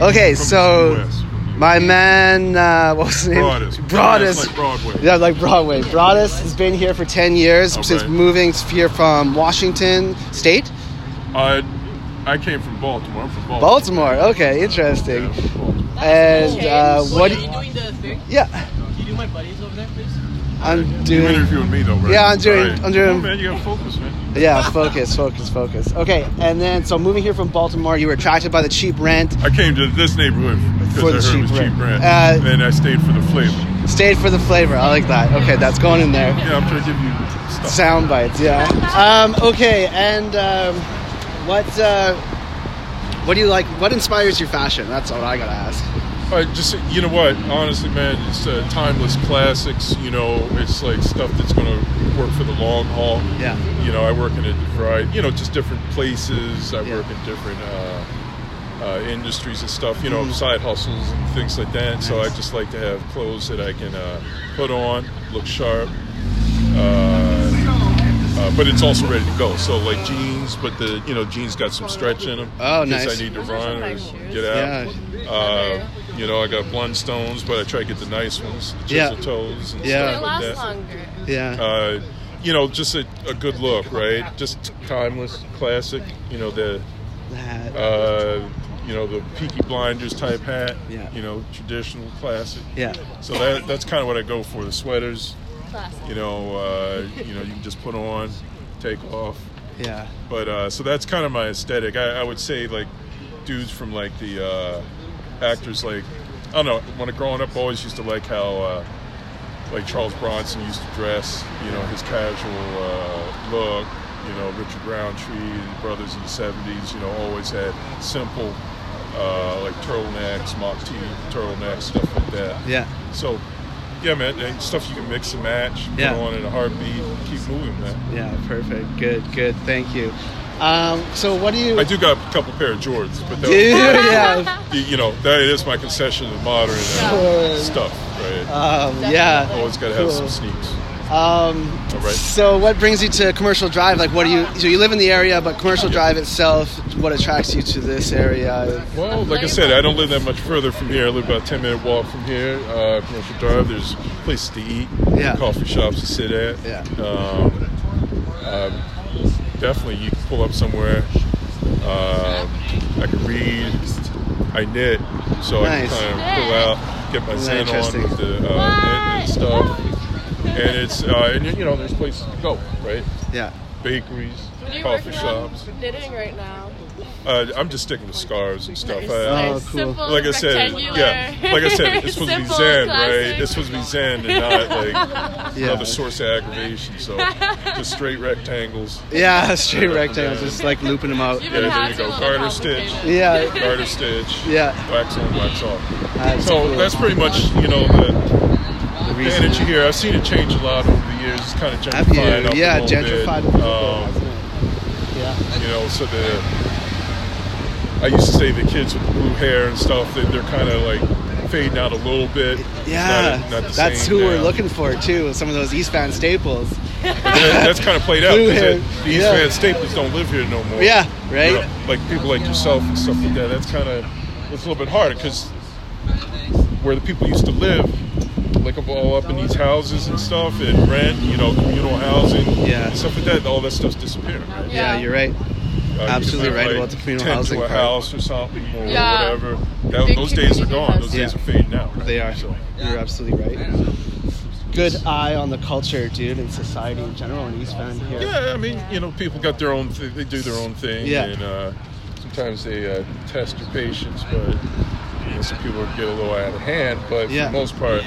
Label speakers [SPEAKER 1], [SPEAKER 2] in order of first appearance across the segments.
[SPEAKER 1] Okay,
[SPEAKER 2] From the
[SPEAKER 1] so
[SPEAKER 2] West.
[SPEAKER 1] my man, uh, what was his name?
[SPEAKER 2] Broadus.
[SPEAKER 1] Broadus.
[SPEAKER 2] That's like Broadway.
[SPEAKER 1] Yeah, like Broadway. Broadus has been here for 10 years since
[SPEAKER 2] Okay.
[SPEAKER 1] moving here from Washington State.
[SPEAKER 2] Uh, I came from Baltimore. I'm from Baltimore.
[SPEAKER 1] Baltimore. Okay, interesting.
[SPEAKER 2] Yeah, I'm from Baltimore.
[SPEAKER 1] And uh,
[SPEAKER 3] James,
[SPEAKER 1] what?
[SPEAKER 3] are you doing the thing?
[SPEAKER 1] Yeah,
[SPEAKER 3] Can you do my buddies over there, please?
[SPEAKER 1] I'm
[SPEAKER 2] You
[SPEAKER 1] doing.
[SPEAKER 2] interviewing me though, right?
[SPEAKER 1] Yeah, I'm doing-
[SPEAKER 2] Alright.
[SPEAKER 1] I'm doing-
[SPEAKER 2] Come on, man, you gotta focus, man.
[SPEAKER 1] Yeah, focus, focus, focus. Okay, and then so moving here from Baltimore, you were attracted by the cheap rent,
[SPEAKER 2] I came to this neighborhood
[SPEAKER 1] For the
[SPEAKER 2] because I heard it was
[SPEAKER 1] cheap
[SPEAKER 2] cheap
[SPEAKER 1] rent.
[SPEAKER 2] rent,
[SPEAKER 1] Uh,
[SPEAKER 2] and I stayed for the flavor.
[SPEAKER 1] stayed for the flavor. I like that. Okay, that's going in there.
[SPEAKER 2] Yeah, I'm trying to give you stuff.
[SPEAKER 1] Sound bites, yeah. Um, okay, and um, what uh, what do you like? What inspires your fashion? That's all I gotta ask.
[SPEAKER 2] I just you know what, honestly, man, it's uh, timeless classics. You know, it's like stuff that's gonna work for the long haul.
[SPEAKER 1] Yeah.
[SPEAKER 2] You know, I work in a variety. You know, just different places. I
[SPEAKER 1] Yeah.
[SPEAKER 2] work in different uh, uh, industries and stuff. You know,
[SPEAKER 1] Mm-hmm.
[SPEAKER 2] side hustles and things like that. So I just like to have clothes that I can uh, put on, look sharp. Uh, uh, but it's also ready to go. So like jeans, but the you know jeans got some stretch in them.
[SPEAKER 1] Oh,
[SPEAKER 2] in case
[SPEAKER 1] nice.
[SPEAKER 2] I need to
[SPEAKER 3] Those are
[SPEAKER 2] run or
[SPEAKER 3] nice shoes.
[SPEAKER 2] get out. Uh, you know, I got blonde stones, but I try to get the nice ones, the
[SPEAKER 1] Yeah.
[SPEAKER 2] chisel toes and
[SPEAKER 1] Yeah.
[SPEAKER 4] They
[SPEAKER 2] stuff like that.
[SPEAKER 4] last longer.
[SPEAKER 1] Yeah,
[SPEAKER 2] Uh, you know, just a, a good look, right? Just timeless, classic. You know the,
[SPEAKER 1] that.
[SPEAKER 2] uh, you know the Peaky Blinders type hat.
[SPEAKER 1] Yeah.
[SPEAKER 2] You know, traditional, classic.
[SPEAKER 1] yeah,
[SPEAKER 2] So that that's kind of what I go for. The sweaters.
[SPEAKER 4] Classic.
[SPEAKER 2] You know, uh, you know, you can just put on, take off.
[SPEAKER 1] yeah,
[SPEAKER 2] But uh, so that's kind of my aesthetic. I, I would say like dudes from like the uh, actors like I don't know. When I growing up, I always used to like how uh, like Charles Bronson used to dress. You know his casual uh, look. You know Richard Roundtree, the brothers in the '70s. You know always had simple uh, like turtlenecks, mock tee turtlenecks, stuff like that.
[SPEAKER 1] yeah.
[SPEAKER 2] So. Yeah, man, and stuff you can mix and match, put
[SPEAKER 1] Yeah.
[SPEAKER 2] on in a heartbeat, keep moving, man.
[SPEAKER 1] Yeah, perfect. Good, good. Thank you. Um, so, what do you?
[SPEAKER 2] I do got a couple pair of Jordans, but that
[SPEAKER 1] do you yeah,
[SPEAKER 2] you, you know that is my concession to modern uh,
[SPEAKER 1] Sure.
[SPEAKER 2] stuff, right?
[SPEAKER 1] um, yeah.
[SPEAKER 2] Always got to have
[SPEAKER 1] cool.
[SPEAKER 2] some sneaks.
[SPEAKER 1] Um,
[SPEAKER 2] Oh. All right.
[SPEAKER 1] so, what brings you to Commercial Drive? Like, what do you? So, you live in the area, but Commercial Drive itself, what attracts you to this area?
[SPEAKER 2] Well, like I said, I don't live that much further from here. I live about a ten minute walk from here, uh, Commercial Drive. There's places to eat,
[SPEAKER 1] Yeah.
[SPEAKER 2] coffee shops to sit at.
[SPEAKER 1] Yeah.
[SPEAKER 2] Um, um, definitely, you can pull up somewhere. Um I can read. I knit, so
[SPEAKER 1] Nice.
[SPEAKER 2] I can kind of pull out, get my zen on
[SPEAKER 1] interesting.
[SPEAKER 2] with the uh, knit and stuff. And it's uh, and you know there's places to go, right?
[SPEAKER 1] Yeah.
[SPEAKER 2] Bakeries,
[SPEAKER 4] What are you
[SPEAKER 2] coffee
[SPEAKER 4] working on?
[SPEAKER 2] shops.
[SPEAKER 4] Knitting right now.
[SPEAKER 2] Uh, I'm just sticking with scarves and stuff.
[SPEAKER 4] Nice,
[SPEAKER 2] I-
[SPEAKER 1] Oh,
[SPEAKER 4] nice.
[SPEAKER 1] cool.
[SPEAKER 4] Simple,
[SPEAKER 2] like I said,
[SPEAKER 4] rectangular.
[SPEAKER 2] yeah. Like I said, it's supposed to be
[SPEAKER 4] Simple,
[SPEAKER 2] Zen,
[SPEAKER 4] classic.
[SPEAKER 2] right? It's supposed to be Zen and not like
[SPEAKER 1] Yeah.
[SPEAKER 2] another source of aggravation. So just straight rectangles.
[SPEAKER 1] Yeah, straight rectangles, just like looping them out.
[SPEAKER 4] Even
[SPEAKER 2] Yeah, there
[SPEAKER 4] hats
[SPEAKER 2] you
[SPEAKER 4] are
[SPEAKER 2] go.
[SPEAKER 4] a little
[SPEAKER 2] Garter stitch.
[SPEAKER 4] complicated.
[SPEAKER 1] Yeah,
[SPEAKER 2] Garter stitch.
[SPEAKER 1] Uh, Yeah.
[SPEAKER 2] Wax on, wax off.
[SPEAKER 1] That's
[SPEAKER 2] so
[SPEAKER 1] cool.
[SPEAKER 2] that's pretty much you know the,
[SPEAKER 1] the
[SPEAKER 2] the
[SPEAKER 1] reason.
[SPEAKER 2] energy here. I've seen it change a lot over the years. It's kind of
[SPEAKER 1] Have you?
[SPEAKER 2] gentrified. up
[SPEAKER 1] Yeah,
[SPEAKER 2] a little bit.
[SPEAKER 1] gentrified.
[SPEAKER 2] Um,
[SPEAKER 1] yeah.
[SPEAKER 2] you know, so the I used to say the kids with the blue hair and stuff, they, they're kind of like fading out a little bit. It's
[SPEAKER 1] Yeah,
[SPEAKER 2] not- not the
[SPEAKER 1] that's
[SPEAKER 2] same
[SPEAKER 1] who we're
[SPEAKER 2] now.
[SPEAKER 1] looking for too. Some of those Eastbound staples.
[SPEAKER 2] But that- that's kind of played out
[SPEAKER 1] Blue
[SPEAKER 2] because
[SPEAKER 1] hair,
[SPEAKER 2] the East
[SPEAKER 1] yeah.
[SPEAKER 2] Van staples don't live here no more.
[SPEAKER 1] Yeah, right?
[SPEAKER 2] You know, like people like yourself and stuff like that. That's kind of it's a little bit harder because where the people used to live, like up- all up in these houses and stuff, and rent, you know, communal housing,
[SPEAKER 1] Yeah.
[SPEAKER 2] and stuff like that. All that stuff's disappearing. Right?
[SPEAKER 1] Yeah,
[SPEAKER 4] Yeah.
[SPEAKER 1] you're right.
[SPEAKER 2] Uh, you
[SPEAKER 1] Absolutely
[SPEAKER 2] could
[SPEAKER 1] right
[SPEAKER 2] have,
[SPEAKER 1] about the communal
[SPEAKER 2] tend
[SPEAKER 1] housing
[SPEAKER 2] to a
[SPEAKER 1] part.
[SPEAKER 2] house or something or
[SPEAKER 4] Yeah.
[SPEAKER 2] whatever. That,
[SPEAKER 4] Big
[SPEAKER 2] those days are
[SPEAKER 4] community
[SPEAKER 2] gone. Those days
[SPEAKER 1] houses.
[SPEAKER 2] are fading out. right?
[SPEAKER 1] They are.
[SPEAKER 2] So,
[SPEAKER 1] You're absolutely right. Good eye on the culture, dude, and society in general in Eastbound here.
[SPEAKER 2] yeah, I mean, you know, people got their own. Th- they do their own thing.
[SPEAKER 1] Yeah.
[SPEAKER 2] And uh, sometimes they uh, test your patience, but you know, some people get a little out of hand. But
[SPEAKER 1] Yeah.
[SPEAKER 2] for the most part,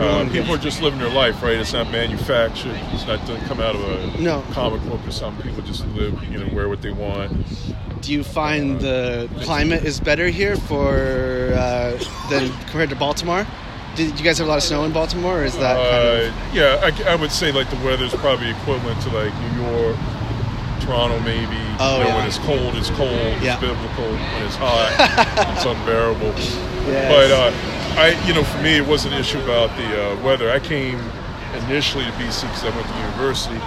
[SPEAKER 2] uh, people are just living their life, right? It's not manufactured. It's not doesn't come out of a
[SPEAKER 1] No.
[SPEAKER 2] comic book or something. People just live, you know, wear what they want.
[SPEAKER 1] Do you find the climate is better here for uh, than compared to Baltimore? Did you guys have a lot of snow in Baltimore, or is that kind
[SPEAKER 2] Uh, yeah, I c- I, would say like the weather's probably equivalent to like New York, Toronto, maybe.
[SPEAKER 1] Oh,
[SPEAKER 2] you know,
[SPEAKER 1] yeah.
[SPEAKER 2] when it's cold, it's cold.
[SPEAKER 1] Yeah.
[SPEAKER 2] It's biblical. When it's hot, it's unbearable.
[SPEAKER 1] Yes.
[SPEAKER 2] But uh, I, you know, for me, it was an issue about the uh, weather. I came initially to BC because I went to university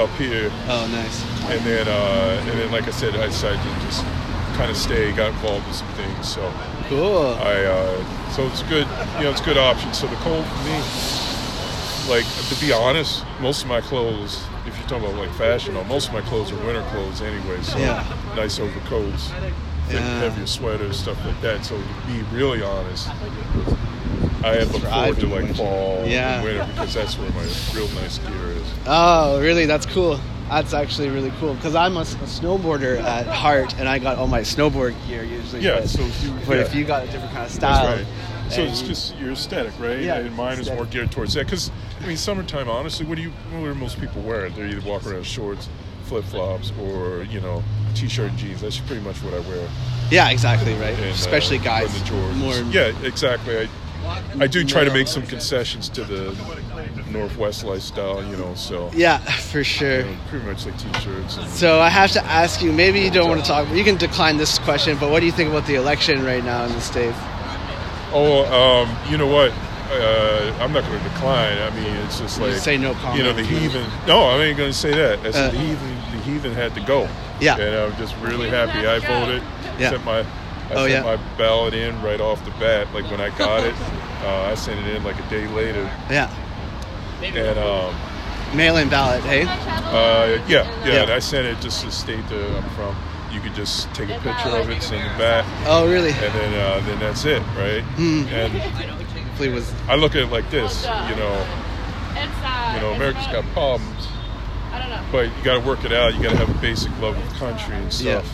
[SPEAKER 2] up here,
[SPEAKER 1] of? Oh, nice.
[SPEAKER 2] and then uh, and then like I said, I decided to just kind of stay, got involved with some things. So
[SPEAKER 1] Cool.
[SPEAKER 2] I, uh, so it's good, you know, it's a good option. So the cold for me, like to be honest, most of my clothes, if you're talking about like fashion, uh, most of my clothes are winter clothes anyway. So
[SPEAKER 1] Yeah.
[SPEAKER 2] nice overcoats, thick,
[SPEAKER 1] Yeah.
[SPEAKER 2] heavier sweaters, stuff like that. So to be really honest, I have looked forward
[SPEAKER 1] Thrive
[SPEAKER 2] to
[SPEAKER 1] in the
[SPEAKER 2] like
[SPEAKER 1] winter.
[SPEAKER 2] fall,
[SPEAKER 1] Yeah.
[SPEAKER 2] and winter because that's where my real nice gear is.
[SPEAKER 1] Oh, really? That's cool. That's actually really cool because I'm a, s- a snowboarder at heart, and I got all my snowboard gear usually.
[SPEAKER 2] Yeah,
[SPEAKER 1] But,
[SPEAKER 2] so if you-
[SPEAKER 1] but
[SPEAKER 2] yeah.
[SPEAKER 1] if you got a different kind of style,
[SPEAKER 2] That's right. So
[SPEAKER 1] and
[SPEAKER 2] it's
[SPEAKER 1] you-
[SPEAKER 2] just your aesthetic, right?
[SPEAKER 1] Yeah,
[SPEAKER 2] And mine is more
[SPEAKER 1] aesthetic.
[SPEAKER 2] geared towards that because I mean, summertime. Honestly, what do you? What are most people wearing? They're either walking around in shorts, flip flops, or you know, t-shirt and jeans. That's pretty much what I wear.
[SPEAKER 1] yeah, exactly right.
[SPEAKER 2] And, uh,
[SPEAKER 1] Especially guys,
[SPEAKER 2] wear the Jordans.
[SPEAKER 1] more
[SPEAKER 2] yeah, exactly. I, I do try to make some concessions to the Northwest lifestyle, you know. So
[SPEAKER 1] yeah, for sure.
[SPEAKER 2] you know, pretty much like t-shirts. And,
[SPEAKER 1] So I have to ask you. Maybe you don't want to talk. You can decline this question, but what do you think about the election right now in the states?
[SPEAKER 2] Oh, um, you know what? Uh, I'm not going to decline. I mean, it's just like
[SPEAKER 1] Just say no
[SPEAKER 2] You know,
[SPEAKER 1] comment.
[SPEAKER 2] the heathen. No, I ain't going to say that. That's
[SPEAKER 1] Uh.
[SPEAKER 2] the heathen. The heathen had to go.
[SPEAKER 1] Yeah.
[SPEAKER 2] and I'm just really happy I voted.
[SPEAKER 1] Yeah.
[SPEAKER 2] Sent my I
[SPEAKER 1] Oh,
[SPEAKER 2] sent my
[SPEAKER 1] yeah.
[SPEAKER 2] ballot in right off the bat. Like when I got it, uh, I sent it in like a day later,
[SPEAKER 1] Yeah,
[SPEAKER 2] and um,
[SPEAKER 1] mail-in ballot. Hey,
[SPEAKER 2] uh, yeah, yeah,
[SPEAKER 1] Yeah.
[SPEAKER 2] And I sent it just to the state that I'm from. You could just take a picture of it, send it back,
[SPEAKER 1] oh really? Hmm.
[SPEAKER 2] and then uh, then that's it, right?
[SPEAKER 1] Mm.
[SPEAKER 2] And
[SPEAKER 1] Hopefully it was
[SPEAKER 2] I look at it like this, you know, you know, America's got problems,
[SPEAKER 4] I don't know.
[SPEAKER 2] but you got to work it out. You got to have a basic love of country and stuff,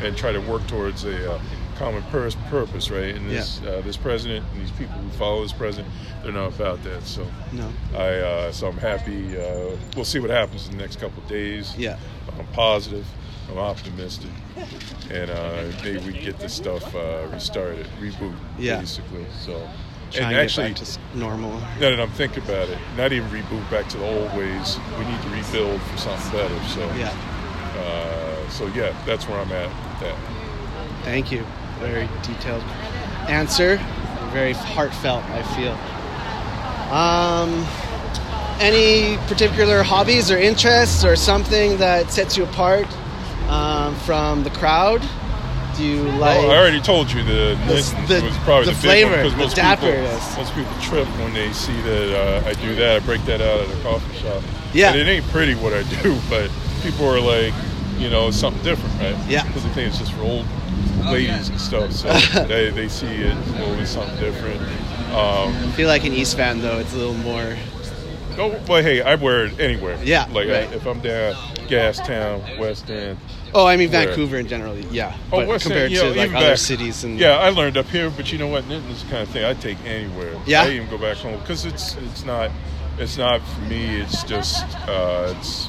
[SPEAKER 2] and try to work towards a uh, common pur- purpose, right? And this uh, this president and these people who follow this president, they're not about that. So
[SPEAKER 1] no.
[SPEAKER 2] I uh, so I'm happy. Uh, we'll see what happens in the next couple of days.
[SPEAKER 1] Yeah.
[SPEAKER 2] I'm positive. I'm optimistic, and uh, maybe we get this stuff uh, restarted, reboot,
[SPEAKER 1] Yeah.
[SPEAKER 2] basically. So.
[SPEAKER 1] Trying
[SPEAKER 2] and
[SPEAKER 1] to
[SPEAKER 2] actually,
[SPEAKER 1] get back to s- normal.
[SPEAKER 2] now that I'm thinking about it, not even reboot back to the old ways. We need to rebuild for something better. So,
[SPEAKER 1] Yeah.
[SPEAKER 2] uh, so yeah, that's where I'm at. With that.
[SPEAKER 1] Thank you. Very detailed answer. Very heartfelt, I feel. Um, any particular hobbies or interests or something that sets you apart um, from the crowd? Do you like.
[SPEAKER 2] Well, Oh, I already told you the
[SPEAKER 1] This-
[SPEAKER 2] knitting
[SPEAKER 1] the-
[SPEAKER 2] was probably
[SPEAKER 1] the
[SPEAKER 2] the, big one,
[SPEAKER 1] flavor,
[SPEAKER 2] 'cause
[SPEAKER 1] the
[SPEAKER 2] most
[SPEAKER 1] dapperness.
[SPEAKER 2] people most people trip when they see that uh, I do that. I break that out at a coffee shop.
[SPEAKER 1] Yeah.
[SPEAKER 2] and it ain't pretty what I do, but people are like, you know, it's something different, right?
[SPEAKER 1] Yeah.
[SPEAKER 2] because they think it's just for old ladies and stuff. So they, they see it, oh, it's something different. Um,
[SPEAKER 1] I feel like an East fan, though. It's a little more.
[SPEAKER 2] Oh, well, hey, I wear it anywhere.
[SPEAKER 1] Yeah,
[SPEAKER 2] Like,
[SPEAKER 1] right.
[SPEAKER 2] I, if I'm down Gastown, West End.
[SPEAKER 1] Oh, I mean,
[SPEAKER 2] Where?
[SPEAKER 1] Vancouver in general, yeah.
[SPEAKER 2] Oh,
[SPEAKER 1] but
[SPEAKER 2] West
[SPEAKER 1] compared
[SPEAKER 2] End, yeah,
[SPEAKER 1] to like
[SPEAKER 2] even
[SPEAKER 1] other
[SPEAKER 2] back-
[SPEAKER 1] cities and.
[SPEAKER 2] Yeah, I learned up here, but you know what? Knitting is the kind of thing I take anywhere.
[SPEAKER 1] Yeah?
[SPEAKER 2] I even go back home because it's it's not it's not for me. It's just uh, it's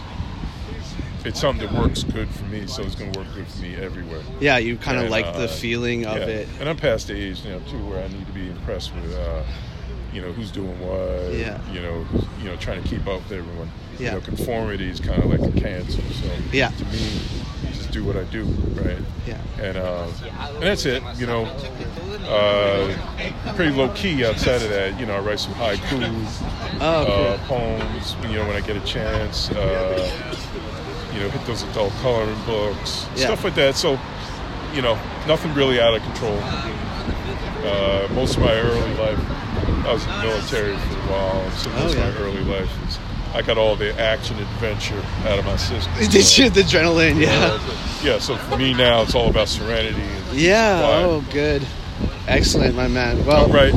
[SPEAKER 2] it's something that works good for me, so it's going to work good for me everywhere.
[SPEAKER 1] Yeah, you kind of
[SPEAKER 2] And,
[SPEAKER 1] like
[SPEAKER 2] uh,
[SPEAKER 1] the feeling of
[SPEAKER 2] yeah.
[SPEAKER 1] it.
[SPEAKER 2] And I'm past the age now too where I need to be impressed with, uh, you know, who's doing what.
[SPEAKER 1] Yeah.
[SPEAKER 2] You know, who's- you know, trying to keep up with everyone.
[SPEAKER 1] Yeah.
[SPEAKER 2] You know, conformity is kind of like a cancer. So
[SPEAKER 1] Yeah.
[SPEAKER 2] to me, just do what I do, right?
[SPEAKER 1] Yeah.
[SPEAKER 2] And uh, and that's it. You know, uh, pretty low key outside of that. You know, I write some haiku
[SPEAKER 1] Oh, cool.
[SPEAKER 2] uh, poems, you know, when I get a chance. Uh, you know, hit those adult coloring books,
[SPEAKER 1] Yeah.
[SPEAKER 2] stuff like that. So, you know, nothing really out of control. Uh, most of my early life, I was in the military for a while, so most
[SPEAKER 1] Oh,
[SPEAKER 2] of
[SPEAKER 1] yeah.
[SPEAKER 2] my early life is I got all the action adventure out of my system.
[SPEAKER 1] Did
[SPEAKER 2] So,
[SPEAKER 1] you the adrenaline? Yeah.
[SPEAKER 2] uh, yeah, so for me now, it's all about serenity. And
[SPEAKER 1] Yeah.
[SPEAKER 2] Why?
[SPEAKER 1] Oh, good. Excellent, my man. Well,
[SPEAKER 2] Right.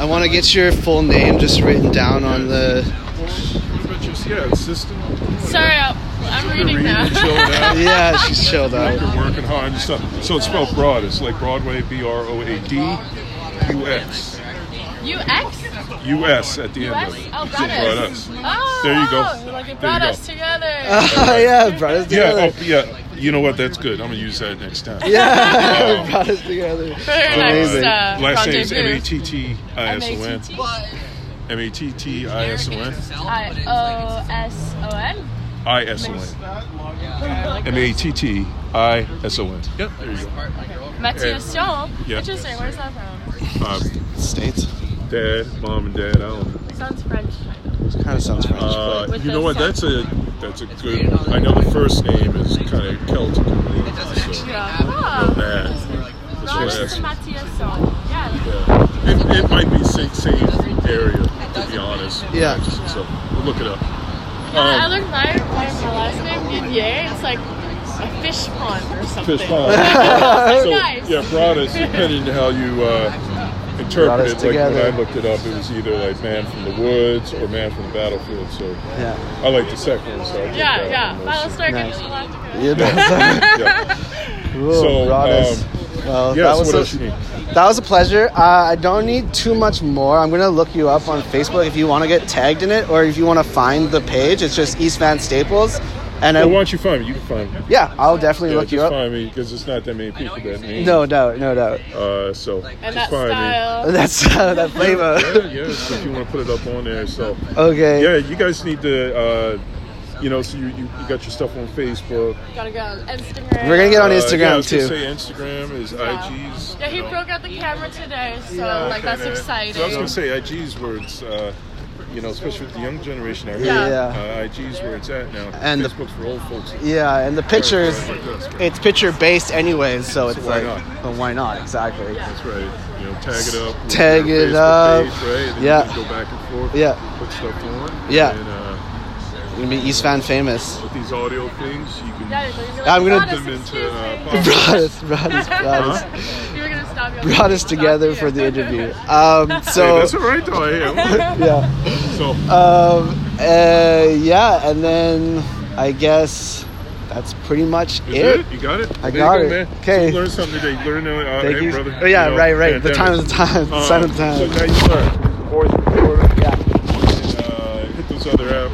[SPEAKER 1] I want to get your full name just written down on the.
[SPEAKER 2] yeah, system.
[SPEAKER 4] Sorry, I- I'm reading now.
[SPEAKER 1] Yeah, she's chilled
[SPEAKER 2] I've
[SPEAKER 1] out.
[SPEAKER 2] been working hard and stuff. So it's spelled broad. It's like Broadway, B R O A D U S.
[SPEAKER 4] UX?
[SPEAKER 2] U S at the end
[SPEAKER 4] US?
[SPEAKER 2] of it.
[SPEAKER 4] Oh,
[SPEAKER 2] It's
[SPEAKER 4] brought us.
[SPEAKER 2] just broad us.
[SPEAKER 4] Oh,
[SPEAKER 2] There you go.
[SPEAKER 4] Like
[SPEAKER 2] There
[SPEAKER 4] it
[SPEAKER 2] you
[SPEAKER 4] brought
[SPEAKER 2] go.
[SPEAKER 4] us together.
[SPEAKER 1] Oh, yeah, brought us
[SPEAKER 2] Yeah,
[SPEAKER 1] together.
[SPEAKER 2] oh, yeah. You know what? That's good. I'm gonna use that next time.
[SPEAKER 1] Yeah,
[SPEAKER 2] Um,
[SPEAKER 1] brought us together.
[SPEAKER 4] Very nice.
[SPEAKER 1] Amazing.
[SPEAKER 4] Uh,
[SPEAKER 2] last name is M
[SPEAKER 4] rendezvous.
[SPEAKER 2] A T T I S O N. M A T T I S O N.
[SPEAKER 4] uh, M-A-T-I-O-S-O-N?
[SPEAKER 2] I S O N. M A T T I S O N. Yep. There you go.
[SPEAKER 4] Mathieu Sion?
[SPEAKER 2] Yeah.
[SPEAKER 4] Interesting. Where's that from?
[SPEAKER 2] Uh,
[SPEAKER 1] States.
[SPEAKER 2] dad, mom, and dad. I don't. know.
[SPEAKER 4] Sounds French. kind of.
[SPEAKER 1] Kind of sounds French.
[SPEAKER 2] Uh,
[SPEAKER 4] With
[SPEAKER 2] you
[SPEAKER 4] the
[SPEAKER 2] know what?
[SPEAKER 4] sun.
[SPEAKER 2] That's a that's a good. I know the first name is kind of Celtic. So,
[SPEAKER 4] Yeah. Oh.
[SPEAKER 2] nah.
[SPEAKER 4] Raj
[SPEAKER 2] Yes.
[SPEAKER 4] to Matthias song. Yeah.
[SPEAKER 2] Yeah. It, it might be same, same area, to be honest.
[SPEAKER 1] Yeah.
[SPEAKER 2] So we'll look it up.
[SPEAKER 4] I
[SPEAKER 2] Um,
[SPEAKER 4] learned my, my, my last name, Didier. It's like a fish pond or something.
[SPEAKER 2] fish pond. so,
[SPEAKER 4] Nice.
[SPEAKER 2] Yeah, piranhas, depending on how you uh, interpret
[SPEAKER 1] us
[SPEAKER 2] it. Like when
[SPEAKER 1] together.
[SPEAKER 2] I looked it up, it was either like man from the woods or man from the battlefield. So
[SPEAKER 1] Yeah.
[SPEAKER 2] I like the second one. So I'll take
[SPEAKER 4] Yeah,
[SPEAKER 2] that
[SPEAKER 4] yeah.
[SPEAKER 2] one.
[SPEAKER 4] Well, I'll start getting
[SPEAKER 1] Nice.
[SPEAKER 4] a lot to go.
[SPEAKER 2] Yeah.
[SPEAKER 1] Cool.
[SPEAKER 2] So, um,
[SPEAKER 1] Rodas. well,
[SPEAKER 2] yes,
[SPEAKER 1] that was
[SPEAKER 2] what
[SPEAKER 1] a,
[SPEAKER 2] else you need?
[SPEAKER 1] That was a pleasure. Uh, I don't need too much more. I'm gonna look you up on Facebook if you want to get tagged in it or if you want to find the page. It's just East Van Staples, and
[SPEAKER 2] Well, why
[SPEAKER 1] I,
[SPEAKER 2] don't you find me? You can find me.
[SPEAKER 1] yeah, I'll definitely
[SPEAKER 2] Yeah,
[SPEAKER 1] look you
[SPEAKER 2] just
[SPEAKER 1] up.
[SPEAKER 2] find me because it's not that many people that name.
[SPEAKER 1] No doubt, no doubt.
[SPEAKER 2] Uh, so
[SPEAKER 4] And
[SPEAKER 2] just
[SPEAKER 4] that
[SPEAKER 2] find
[SPEAKER 4] style.
[SPEAKER 1] That's uh,
[SPEAKER 2] me.
[SPEAKER 1] that
[SPEAKER 2] Yeah,
[SPEAKER 1] flavor.
[SPEAKER 2] yeah. So if you want to put it up on there, so
[SPEAKER 1] okay.
[SPEAKER 2] yeah, you guys need to, uh, you know, so you, you, you got your stuff on Facebook.
[SPEAKER 4] Gotta go on Instagram.
[SPEAKER 1] We're gonna get on
[SPEAKER 2] Uh, yeah, I
[SPEAKER 1] Instagram
[SPEAKER 2] was gonna
[SPEAKER 1] too.
[SPEAKER 2] Say Instagram is IG's.
[SPEAKER 4] Yeah, he
[SPEAKER 2] you know,
[SPEAKER 4] broke out the camera today, so
[SPEAKER 2] uh,
[SPEAKER 4] like that's
[SPEAKER 2] kinda-
[SPEAKER 4] exciting.
[SPEAKER 2] So I was gonna say IG's where it's, uh, you know, especially with the young generation. I heard,
[SPEAKER 4] Yeah.
[SPEAKER 2] Uh, IG's where it's at now.
[SPEAKER 1] And the-
[SPEAKER 2] Facebook's for old folks.
[SPEAKER 1] Yeah, and the pictures,
[SPEAKER 2] That's right.
[SPEAKER 1] it's picture based anyways, so it's
[SPEAKER 2] why
[SPEAKER 1] like,
[SPEAKER 2] not?
[SPEAKER 1] well, why not? Exactly.
[SPEAKER 2] That's right. You know, tag it up.
[SPEAKER 1] Tag
[SPEAKER 2] with your
[SPEAKER 1] it
[SPEAKER 2] Facebook
[SPEAKER 1] up.
[SPEAKER 2] Page, right? And
[SPEAKER 1] Yeah.
[SPEAKER 2] Then you can go back and forth.
[SPEAKER 1] Yeah.
[SPEAKER 2] Put stuff on.
[SPEAKER 1] Yeah.
[SPEAKER 2] And uh,
[SPEAKER 1] We're gonna be East Van famous.
[SPEAKER 2] with these audio things, you can.
[SPEAKER 4] Yeah, so you're
[SPEAKER 1] I'm gonna-
[SPEAKER 4] "Goddess,
[SPEAKER 2] Them into,
[SPEAKER 4] excuse
[SPEAKER 2] uh,
[SPEAKER 4] me."
[SPEAKER 2] podcast.
[SPEAKER 1] brought us, brought us, brought us.
[SPEAKER 4] You were gonna stop me. I was
[SPEAKER 1] brought
[SPEAKER 4] like,
[SPEAKER 1] us
[SPEAKER 4] "Stop
[SPEAKER 1] together
[SPEAKER 4] you."
[SPEAKER 1] for the interview. Um,
[SPEAKER 2] Hey,
[SPEAKER 1] so
[SPEAKER 2] that's all right though. I am.
[SPEAKER 1] yeah,
[SPEAKER 2] so
[SPEAKER 1] um, uh, yeah, and then I guess that's pretty much
[SPEAKER 2] is it?
[SPEAKER 1] it.
[SPEAKER 2] You got it. There
[SPEAKER 1] I
[SPEAKER 2] you
[SPEAKER 1] got
[SPEAKER 2] go,
[SPEAKER 1] it.
[SPEAKER 2] man.
[SPEAKER 1] Okay.
[SPEAKER 2] So you learned something today. You learned, uh,
[SPEAKER 1] Thank
[SPEAKER 2] hey,
[SPEAKER 1] you.
[SPEAKER 2] brother.
[SPEAKER 1] Oh, yeah,
[SPEAKER 2] you know,
[SPEAKER 1] right, right. The
[SPEAKER 2] pandemic.
[SPEAKER 1] time is the time. The
[SPEAKER 2] Um,
[SPEAKER 1] sign of the
[SPEAKER 2] So
[SPEAKER 1] time.
[SPEAKER 2] now you learn. Voice recorder.
[SPEAKER 1] Yeah.
[SPEAKER 2] Uh, hit those other